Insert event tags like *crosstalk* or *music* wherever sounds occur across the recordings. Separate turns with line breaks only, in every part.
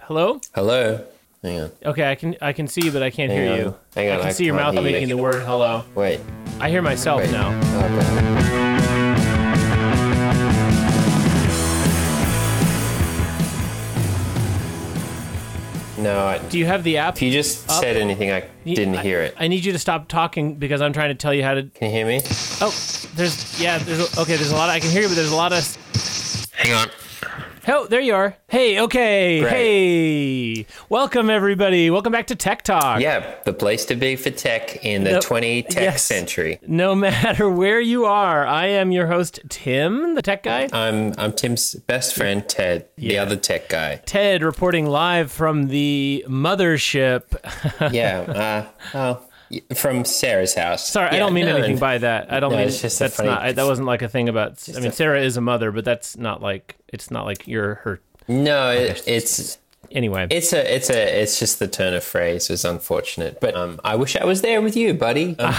Hello?
Hello. Hang on.
Okay, I can I can see you, but I can't
Hang
hear
on.
you.
Hang on,
I can
I
see your
can't
mouth
hear you.
making the word hello.
Wait.
I hear myself
Wait. Oh,
now.
Okay. No, I,
Do you have the app?
if you just
Up.
said anything, I
You-
didn't
Uh, I-
hear it.
I need you to stop talking because I'm trying to tell you how to.
Can you hear me?
Oh, there's yeah, there's okay, there's a lot. I can hear you, but there's a lot of.
Hang on.
Oh, there you are. Hey, okay, hey, welcome everybody. Welcome back to Tech Talk.
Yeah, the place to be for tech in the
Nope.
20 tech
Yes.
century.
No *laughs* matter where you are, I am your host Tim, the tech guy.
I'm I'm Tim's best friend Ted, the other
*laughs*
tech guy.
Ted reporting live from the mothership.
Yeah. uh, oh, y- from Sarah's house.
Sorry, I
Yeah,
don't mean
no,
anything
and-
by that. I don't
No,
mean
it's just a
that's
funny-
not. I, that wasn't like a thing about. I mean,
a-
Sarah is a mother, but that's not like it's not like you're her.
No, it, it's
Anyway,
It's a, it's a, it's just the turn of phrase was unfortunate, but um, I wish I was there with you, buddy. Um,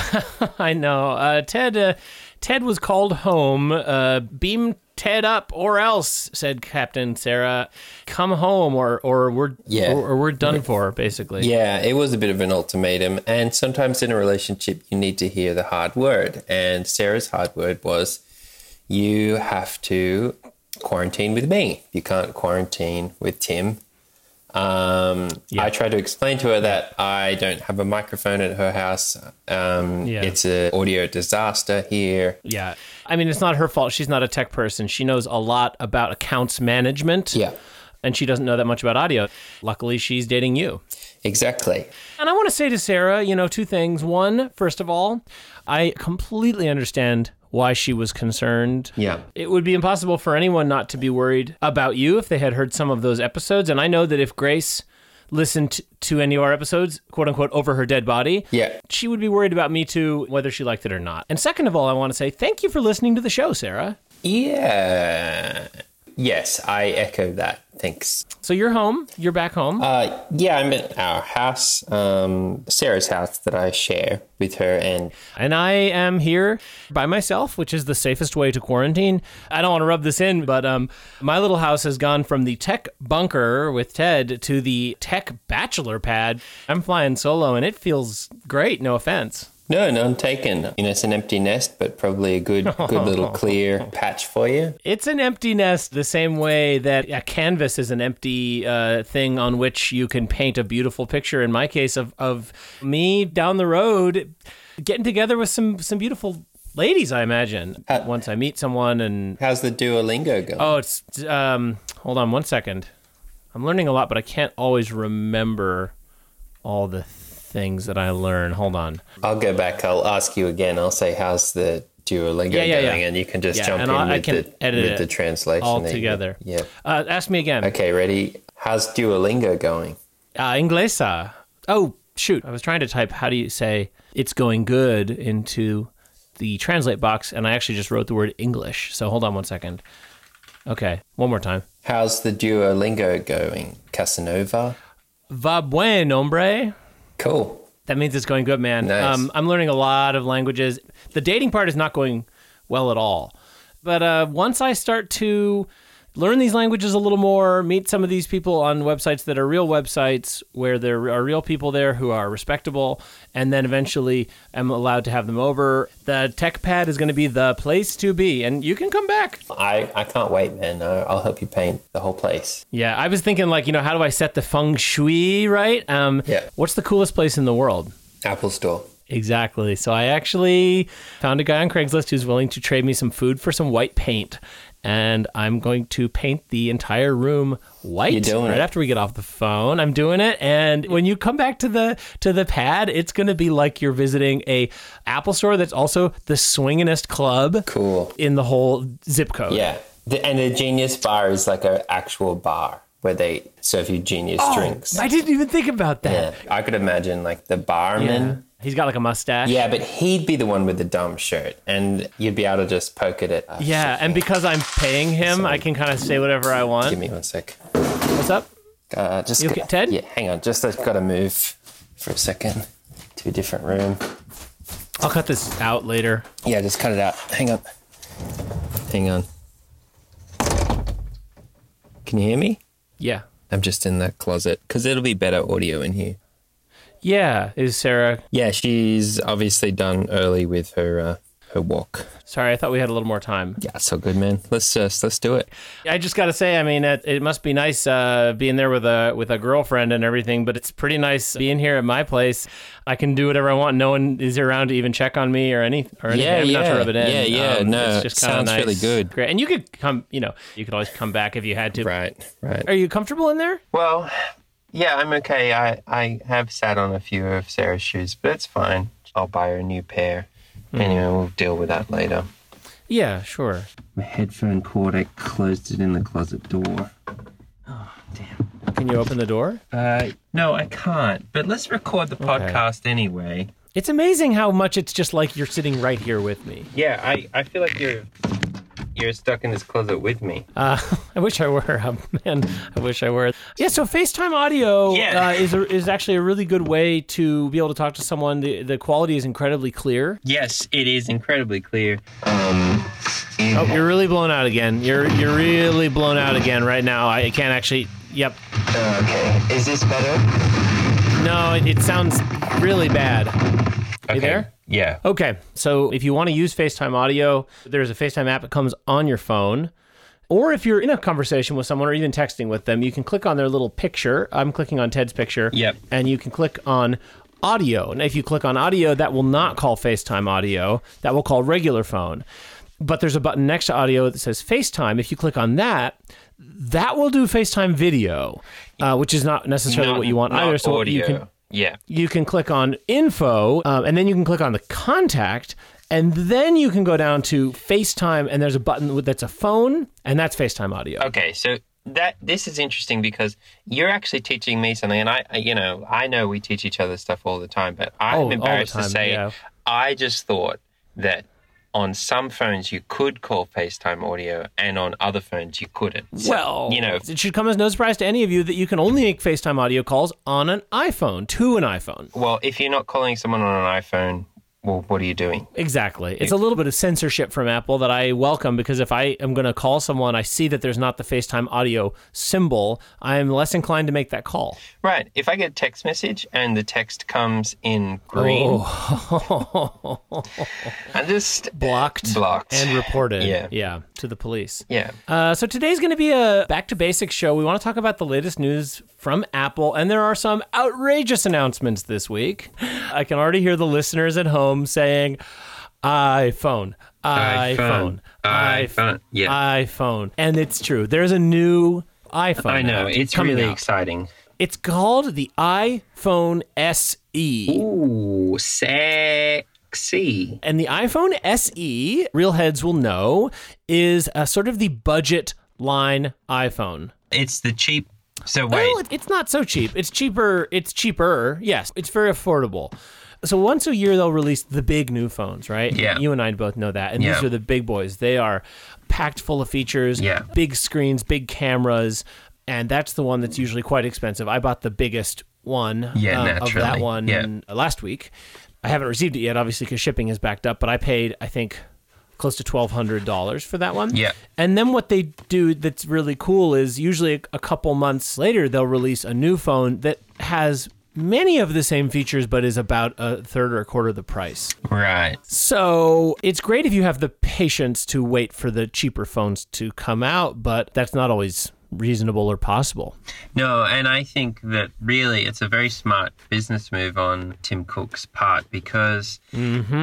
I know. Uh, Ted. Uh, Ted was called home. Uh, beam Ted up, or else," said Captain Sarah. "Come home, or or we're
Yeah.
or, or we're done for." Basically,
yeah, it was a bit of an ultimatum, and sometimes in a relationship, you need to hear the hard word. And Sarah's hard word was, "You have to quarantine with me. You can't quarantine with Tim." Um, I tried to explain to her that I don't have a microphone at her house. Um,
Yeah.
It's an audio disaster here.
yeah. I mean, it's not her fault. She's not a tech person. She knows a lot about accounts management.
Yeah,
And she doesn't know that much about audio. Luckily, she's dating you.
exactly.
And I want to say to Sarah, you know, two things. One, first of all, I completely understand why she was concerned.
Yeah.
It would be impossible for anyone not to be worried about you if they had heard some of those episodes. And I know that if Grace listened to any of our episodes, quote unquote, over her dead body,
Yeah.
she would be worried about me too, whether she liked it or not. And second of all, I want to say thank you for listening to the show, Sarah.
Yeah. Yes, I echo that. Thanks.
So you're home, you're back home.
Uh, yeah, I'm at our house, um, Sarah's house that I share with her, and
And I am here by myself, which is the safest way to quarantine. I don't want to rub this in, but um, my little house has gone from the tech bunker with Ted to the tech bachelor pad. I'm flying solo and it feels great, no offense.
no, none taken. You know, it's an empty nest, but probably a good,
*laughs*
good little clear patch for you.
It's an empty nest the same way that a canvas is an empty uh, thing on which you can paint a beautiful picture. In my case, of, of me down the road getting together with some, some beautiful ladies, I imagine,
Uh,
once I meet someone and
How's the Duolingo going?
Oh, it's um. Hold on one second. I'm learning a lot, but I can't always remember all the things that I learn. Hold on.
I'll go back. I'll ask you again. I'll say, "How's the Duolingo
Yeah, yeah,
going?"
yeah.
And you can just
Yeah,
jump
and
in
I'll- I
with
can
the
edit
with
it
the translation
all
that you-
together.
Yeah.
Uh, ask me again.
Okay, ready. How's Duolingo going?
Uh, inglesa. Oh shoot! I was trying to type. How do you say it's going good into the translate box, and I actually just wrote the word English. So hold on one second. Okay, one more time.
How's the Duolingo going, Casanova?
Va buen, hombre.
Cool.
That means it's going good, man.
Nice.
Um, I'm learning a lot of languages. The dating part is not going well at all. But uh, once I start to learn these languages a little more, meet some of these people on websites that are real websites where there are real people there who are respectable, and then eventually I'm allowed to have them over, the tech pad is going to be the place to be. And you can come back.
I, I can't wait, man. I- I'll help you paint the whole place.
Yeah, I was thinking, like, you know, how do I set the feng shui right? Um,
Yeah.
What's the coolest place in the world?
Apple Store.
Exactly. So I actually found a guy on Craigslist who's willing to trade me some food for some white paint, and I'm going to paint the entire room white
You're doing
right
it.
after we get off the phone. I'm doing it, and when you come back to the to the pad, it's going to be like you're visiting a Apple store that's also the swinginest club
Cool.
in the whole zip code.
Yeah. The, and the Genius Bar is like an actual bar where they serve you genius
Oh,
drinks.
I didn't even think about that.
Yeah. I could imagine like the
Yeah.
barman.
He's got like a mustache.
Yeah. but he'd be the one with the dumb shirt and you'd be able to just poke at it. Oh,
Yeah,
shit,
and
man.
because I'm paying him, I can kind of say whatever I want.
Give me one sec.
What's up?
Uh, just
You
go-
okay, Ted?
Yeah, hang on. Just I've got to move for a second to a different room.
I'll cut this out later.
Yeah, just cut it out. Hang on. Hang on. Can you hear me?
Yeah.
I'm just in that closet because it'll be better audio in here.
Yeah, is Sarah.
Yeah, she's obviously done early with her uh, her walk.
Sorry, I thought we had a little more time.
Yeah, so good, man. Let's just let's do it.
I just got to say, I mean, it, it must be nice uh, being there with a with a girlfriend and everything, but it's pretty nice being here at my place. I can do whatever I want. No one is around to even check on me or any or anything.
Yeah,
I'm not
yeah.
to rub it in.
Yeah, yeah, no,
Um, it's just kinda
sounds
nice.
really good.
Great, and you could come. You know, you could always come back if you had to.
Right, right.
Are you comfortable in there?
Well, yeah, I'm okay. I I have sat on a few of Sarah's shoes, but it's fine. I'll buy her a new pair. Anyway, we'll deal with that later.
Yeah, sure.
My headphone cord, I closed it in the closet door.
Can you open the door?
Uh, no, I can't. But let's record the podcast anyway.
It's amazing how much it's just like you're sitting right here with me.
Yeah, I, I feel like you're you're stuck in this closet with me.
Uh, *laughs* I wish I were. *laughs* Oh, man, I wish I were. Yeah, so FaceTime audio
Yeah.
uh, is, a, is actually a really good way to be able to talk to someone. The, the quality is incredibly clear.
Yes, it is incredibly clear. Um,
Oh, you're really blown out again. You're you're really blown out again right now. I can't actually. Yep.
Okay, is this better?
No, it, it sounds really bad.
Okay.
You there?
Yeah.
Okay, so if you want to use FaceTime audio, there's a FaceTime app that comes on your phone. Or if you're in a conversation with someone or even texting with them, you can click on their little picture. I'm clicking on Ted's picture.
Yep.
And you can click on audio. And if you click on audio, that will not call FaceTime audio, that will call regular phone. But there's a button next to audio that says FaceTime. If you click on that, that will do FaceTime video, uh, which is not necessarily
Not-
what you want
not
either. So you
audio.
can
Yeah.
you can click on info um, and then you can click on the contact and then you can go down to facetime and there's a button with- that's a phone and that's facetime audio
Okay, so that this is interesting because you're actually teaching me something, and I, I- you know, I know we teach each other stuff all the time, but I'm
Oh, all the
embarrassed
time,
to say
yeah.
I just thought that on some phones you could call FaceTime audio, and on other phones you couldn't. So,
well
you know,
it should come as no surprise to any of you that you can only make facetime audio calls on an iphone to an iphone
well, if you're not calling someone on an iPhone, well, what are you doing?
Exactly. It's a little bit of censorship from Apple that I welcome because if I am going to call someone, I see that there's not the FaceTime audio symbol. I am less inclined to make that call.
Right. If I get a text message and the text comes in green, *laughs*
*laughs*
I'm just
Blocked,
blocked.
Oh. and reported.
Yeah.
yeah, to the police.
yeah.
Uh, so today's going to be a back to basics show. We want to talk about the latest news from Apple, and there are some outrageous announcements this week. I can already hear the listeners at home saying, "iPhone, iPhone,
iPhone, iPhone." Yeah.
iPhone," and it's true. There's a new iPhone.
I know.
out
It's
coming
really
out.
exciting.
It's called the iPhone SE.
Ooh, sexy.
And the iPhone SE, real heads will know, is uh sort of the budget line iPhone.
It's the cheap. So
Well, it- it's not so cheap. It's cheaper. It's cheaper. Yes, it's very affordable. So once a year they'll release the big new phones, right?
Yeah.
You and I both know that. And these
Yeah.
are the big boys. They are packed full of features.
Yeah.
Big screens, big cameras, and that's the one that's usually quite expensive. I bought the biggest one uh,
Yeah,
of that
naturally.
one
Yeah.
uh, last week. I haven't received it yet, obviously, because shipping is backed up. But I paid, I think, close to twelve hundred dollars for that one.
Yeah.
And then what they do that's really cool is usually a, a couple months later they'll release a new phone that has many of the same features but is about a third or a quarter of the price.
right.
So it's great if you have the patience to wait for the cheaper phones to come out, but that's not always reasonable or possible.
No, and I think that really it's a very smart business move on Tim Cook's part because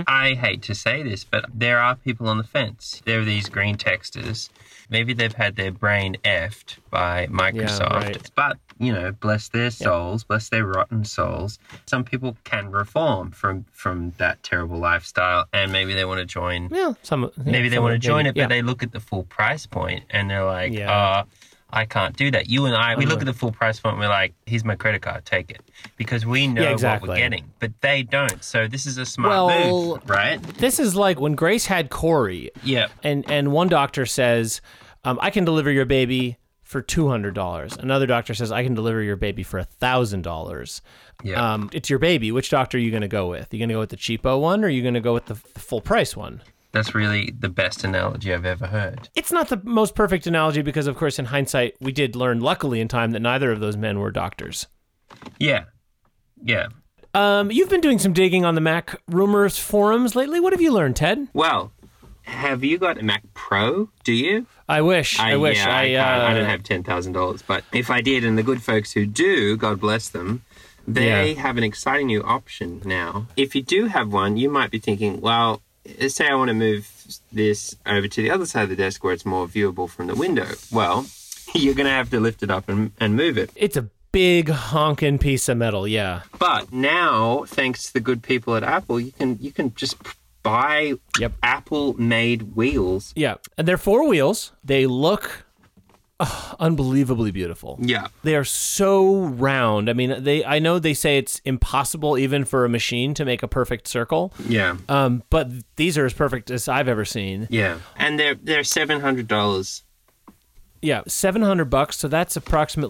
I hate to say this, but there are people on the fence. There are these green texters. Maybe they've had their brain effed by Microsoft,
right.
but you know, bless their souls, bless their rotten souls. Some people can reform from from that terrible lifestyle, and maybe they want to join
Yeah, some
maybe they want to join it, but
yeah.
they look at the full price point and they're like,
Yeah. Uh-huh.
uh, I can't do that. You and I, we look at the full price point and we're like, here's my credit card, take it. Because we know what
exactly.
we're getting, but they don't. So this is a smart
Well-
move, right?
This is like when Grace had Corey.
Yeah.
and and one doctor says um, i can deliver your baby for $200 another doctor says i can deliver your baby for $1000
Yeah.
um, it's your baby which doctor are you going to go with you going to go with the cheapo one or are you going to go with the, the full price one
That's really the best analogy I've ever heard.
It's not the most perfect analogy because, of course, in hindsight, we did learn, luckily in time, that neither of those men were doctors.
Yeah. Yeah.
Um, you've been doing some digging on the Mac rumors forums lately. What have you learned, Ted?
Well, have you got a Mac Pro? Do you?
I wish. I, wish.
yeah,
I,
can't-
uh,
I don't have ten thousand dollars, but if I did, and the good folks who do, God bless them, they have an exciting new option now. If you do have one, you might be thinking, well, eh, say I want to move this over to the other side of the desk where it's more viewable from the window. Well, *laughs* you're going to have to lift it up and, and move it.
It's a big honking piece of metal. Yeah.
But now, thanks to the good people at Apple, you can you can just buy
Yep.
Apple-made wheels.
Yeah. And they're four wheels. They look ugh, unbelievably beautiful.
Yeah.
They are so round. I mean, they. I know they say it's impossible even for a machine to make a perfect circle.
Yeah.
Um, but these are as perfect as I've ever seen.
Yeah. And they're they're seven hundred dollars.
Yeah, seven hundred bucks. So that's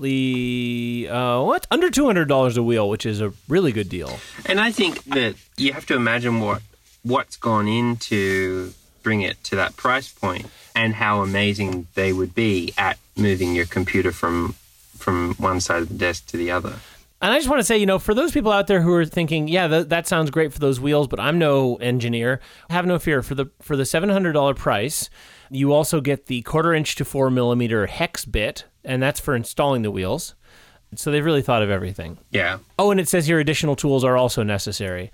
approximately uh, what under two hundred dollars a wheel, which is a really good deal.
And I think that you have to imagine what what's gone into bring it to that price point and how amazing they would be at moving your computer from from one side of the desk to the other.
And I just want to say, you know, for those people out there who are thinking, yeah, th- that sounds great for those wheels, but I'm no engineer. Have no fear for the for the seven hundred dollar price. You also get the quarter inch to four millimeter hex bit, and that's for installing the wheels. So they've really thought of everything.
Yeah.
Oh, and it says here additional tools are also necessary.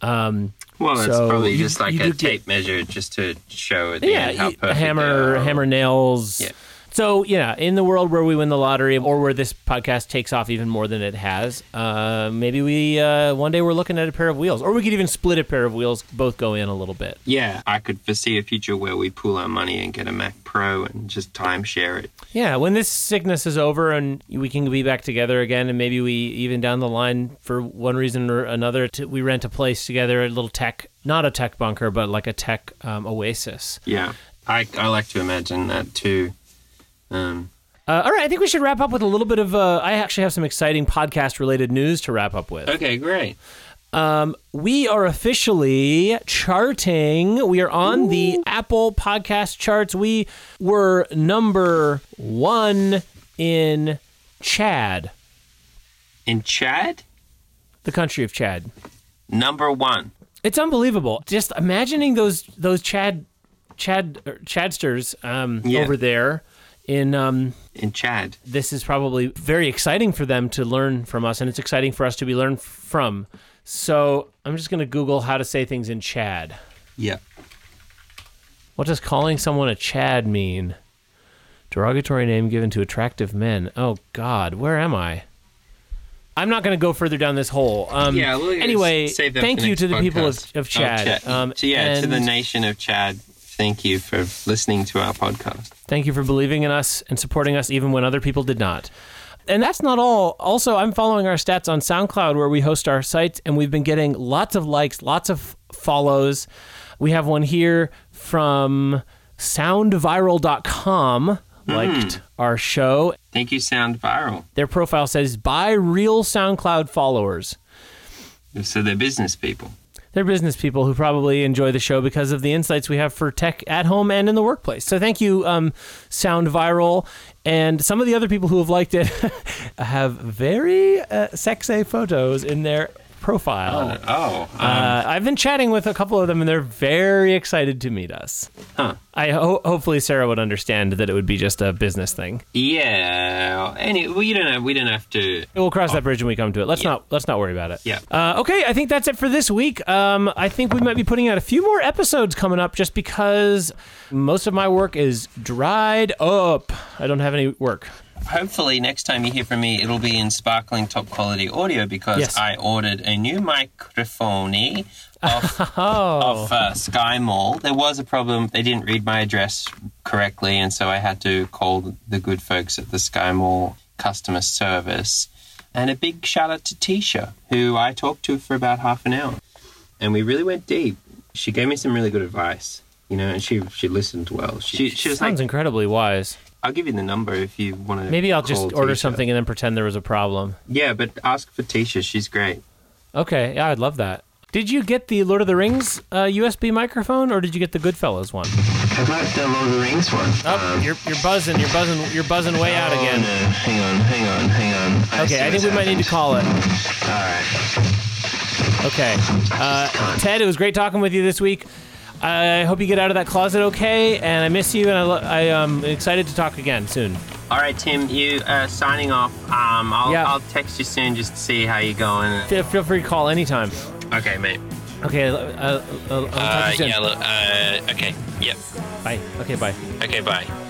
Um,
Well, that's
So
probably
you-
just like
you
a
do get-
tape measure just to show at the
yeah,
end how
y-
perfect they
hammer,
are.
hammer nails.
Yeah.
So yeah, in the world where we win the lottery, or where this podcast takes off even more than it has, uh, maybe we uh, one day we're looking at a pair of wheels, or we could even split a pair of wheels, both go in a little bit.
Yeah, I could foresee a future where we pool our money and get a Mac Pro and just timeshare it.
Yeah, when this sickness is over and we can be back together again, and maybe we even down the line for one reason or another, to, we rent a place together, a little tech, not a tech bunker, but like a tech um, oasis.
Yeah, I, I like to imagine that too. Um,
Uh, all right, I think we should wrap up with a little bit of. Uh, I actually have some exciting podcast related news to wrap up with.
okay, great.
Um, we are officially charting. We are on the Apple podcast charts. We were number one in Chad,
In Chad,
the country of Chad.
number one.
It's unbelievable. Just imagining those those Chad Chad er, Chadsters um,
Yeah.
over there. In um,
In Chad.
this is probably very exciting for them to learn from us, and it's exciting for us to be learned from. So I'm just going to Google how to say things in Chad.
Yeah.
What does calling someone a Chad mean? Derogatory name given to attractive men. Oh God, where am I? I'm not going to go further down this hole. Um,
Yeah. Well, it's-
anyway,
save that
thank
for
you
next
to the people of,
podcast.
of Chad. Um,
Oh, so yeah, to the
and
nation of Chad. Thank you for listening to our podcast.
Thank you for believing in us and supporting us, even when other people did not. And that's not all. Also, I'm following our stats on SoundCloud, where we host our sites, and we've been getting lots of likes, lots of follows. We have one here from soundviral.com liked our show
Thank you, Sound Viral.
Their profile says buy real SoundCloud followers.
So they're business people.
They're business people who probably enjoy the show because of the insights we have for tech at home and in the workplace. So thank you, um, Sound Viral, and some of the other people who have liked it *laughs* have very uh, sexy photos in their profile.
Oh,
Uh, I've been chatting with a couple of them, and they're very excited to meet us.
huh.
I ho- hopefully Sarah would understand that it would be just a business thing.
Yeah. Any, well, you don't have, we don't have to.
We'll cross that bridge when we come to it. Let's not let's not worry about it.
Oh. Yeah.
Uh, okay, I think that's it for this week. Um, I think we might be putting out a few more episodes coming up, just because most of my work is dried up. I don't have any work.
Hopefully, next time you hear from me, it'll be in sparkling top quality audio because
Yes.
I ordered a new microphone
*laughs*
off,
Oh,
off uh, Sky Mall. There was a problem; they didn't read my address correctly, and so I had to call the good folks at the Sky Mall customer service. And a big shout out to Tisha, who I talked to for about half an hour, and we really went deep. She gave me some really good advice, you know, and she she listened well. She, she was like,
Sounds incredibly wise.
I'll give you the number if you want to.
Maybe I'll just
call
order
Tisha.
something and then pretend there was a problem.
Yeah, but ask for Tisha. She's great.
Okay, yeah, I'd love that. Did you get the Lord of the Rings uh, USB microphone, or did you get the Goodfellas one?
I got the Lord of the Rings one. Um,
Oh, you're, you're buzzing. You're buzzing. You're buzzing way out
Oh,
again.
no. Hang on, hang on, hang on.
Okay, I think we might need to call it.
All right.
Okay. Uh, Ted, it was great talking with you this week. I hope you get out of that closet okay, and I miss you, and I, lo- I am excited to talk again soon.
All right, Tim, you uh, signing off. Um, I'll,
Yeah.
I'll text you soon just to see how you're going.
Feel, feel free to call anytime.
Okay, mate.
Okay, uh, uh, uh, I'll talk
Uh,
to you soon.
yeah, look, uh, okay. Yep.
Bye. Okay, bye.
Okay, bye.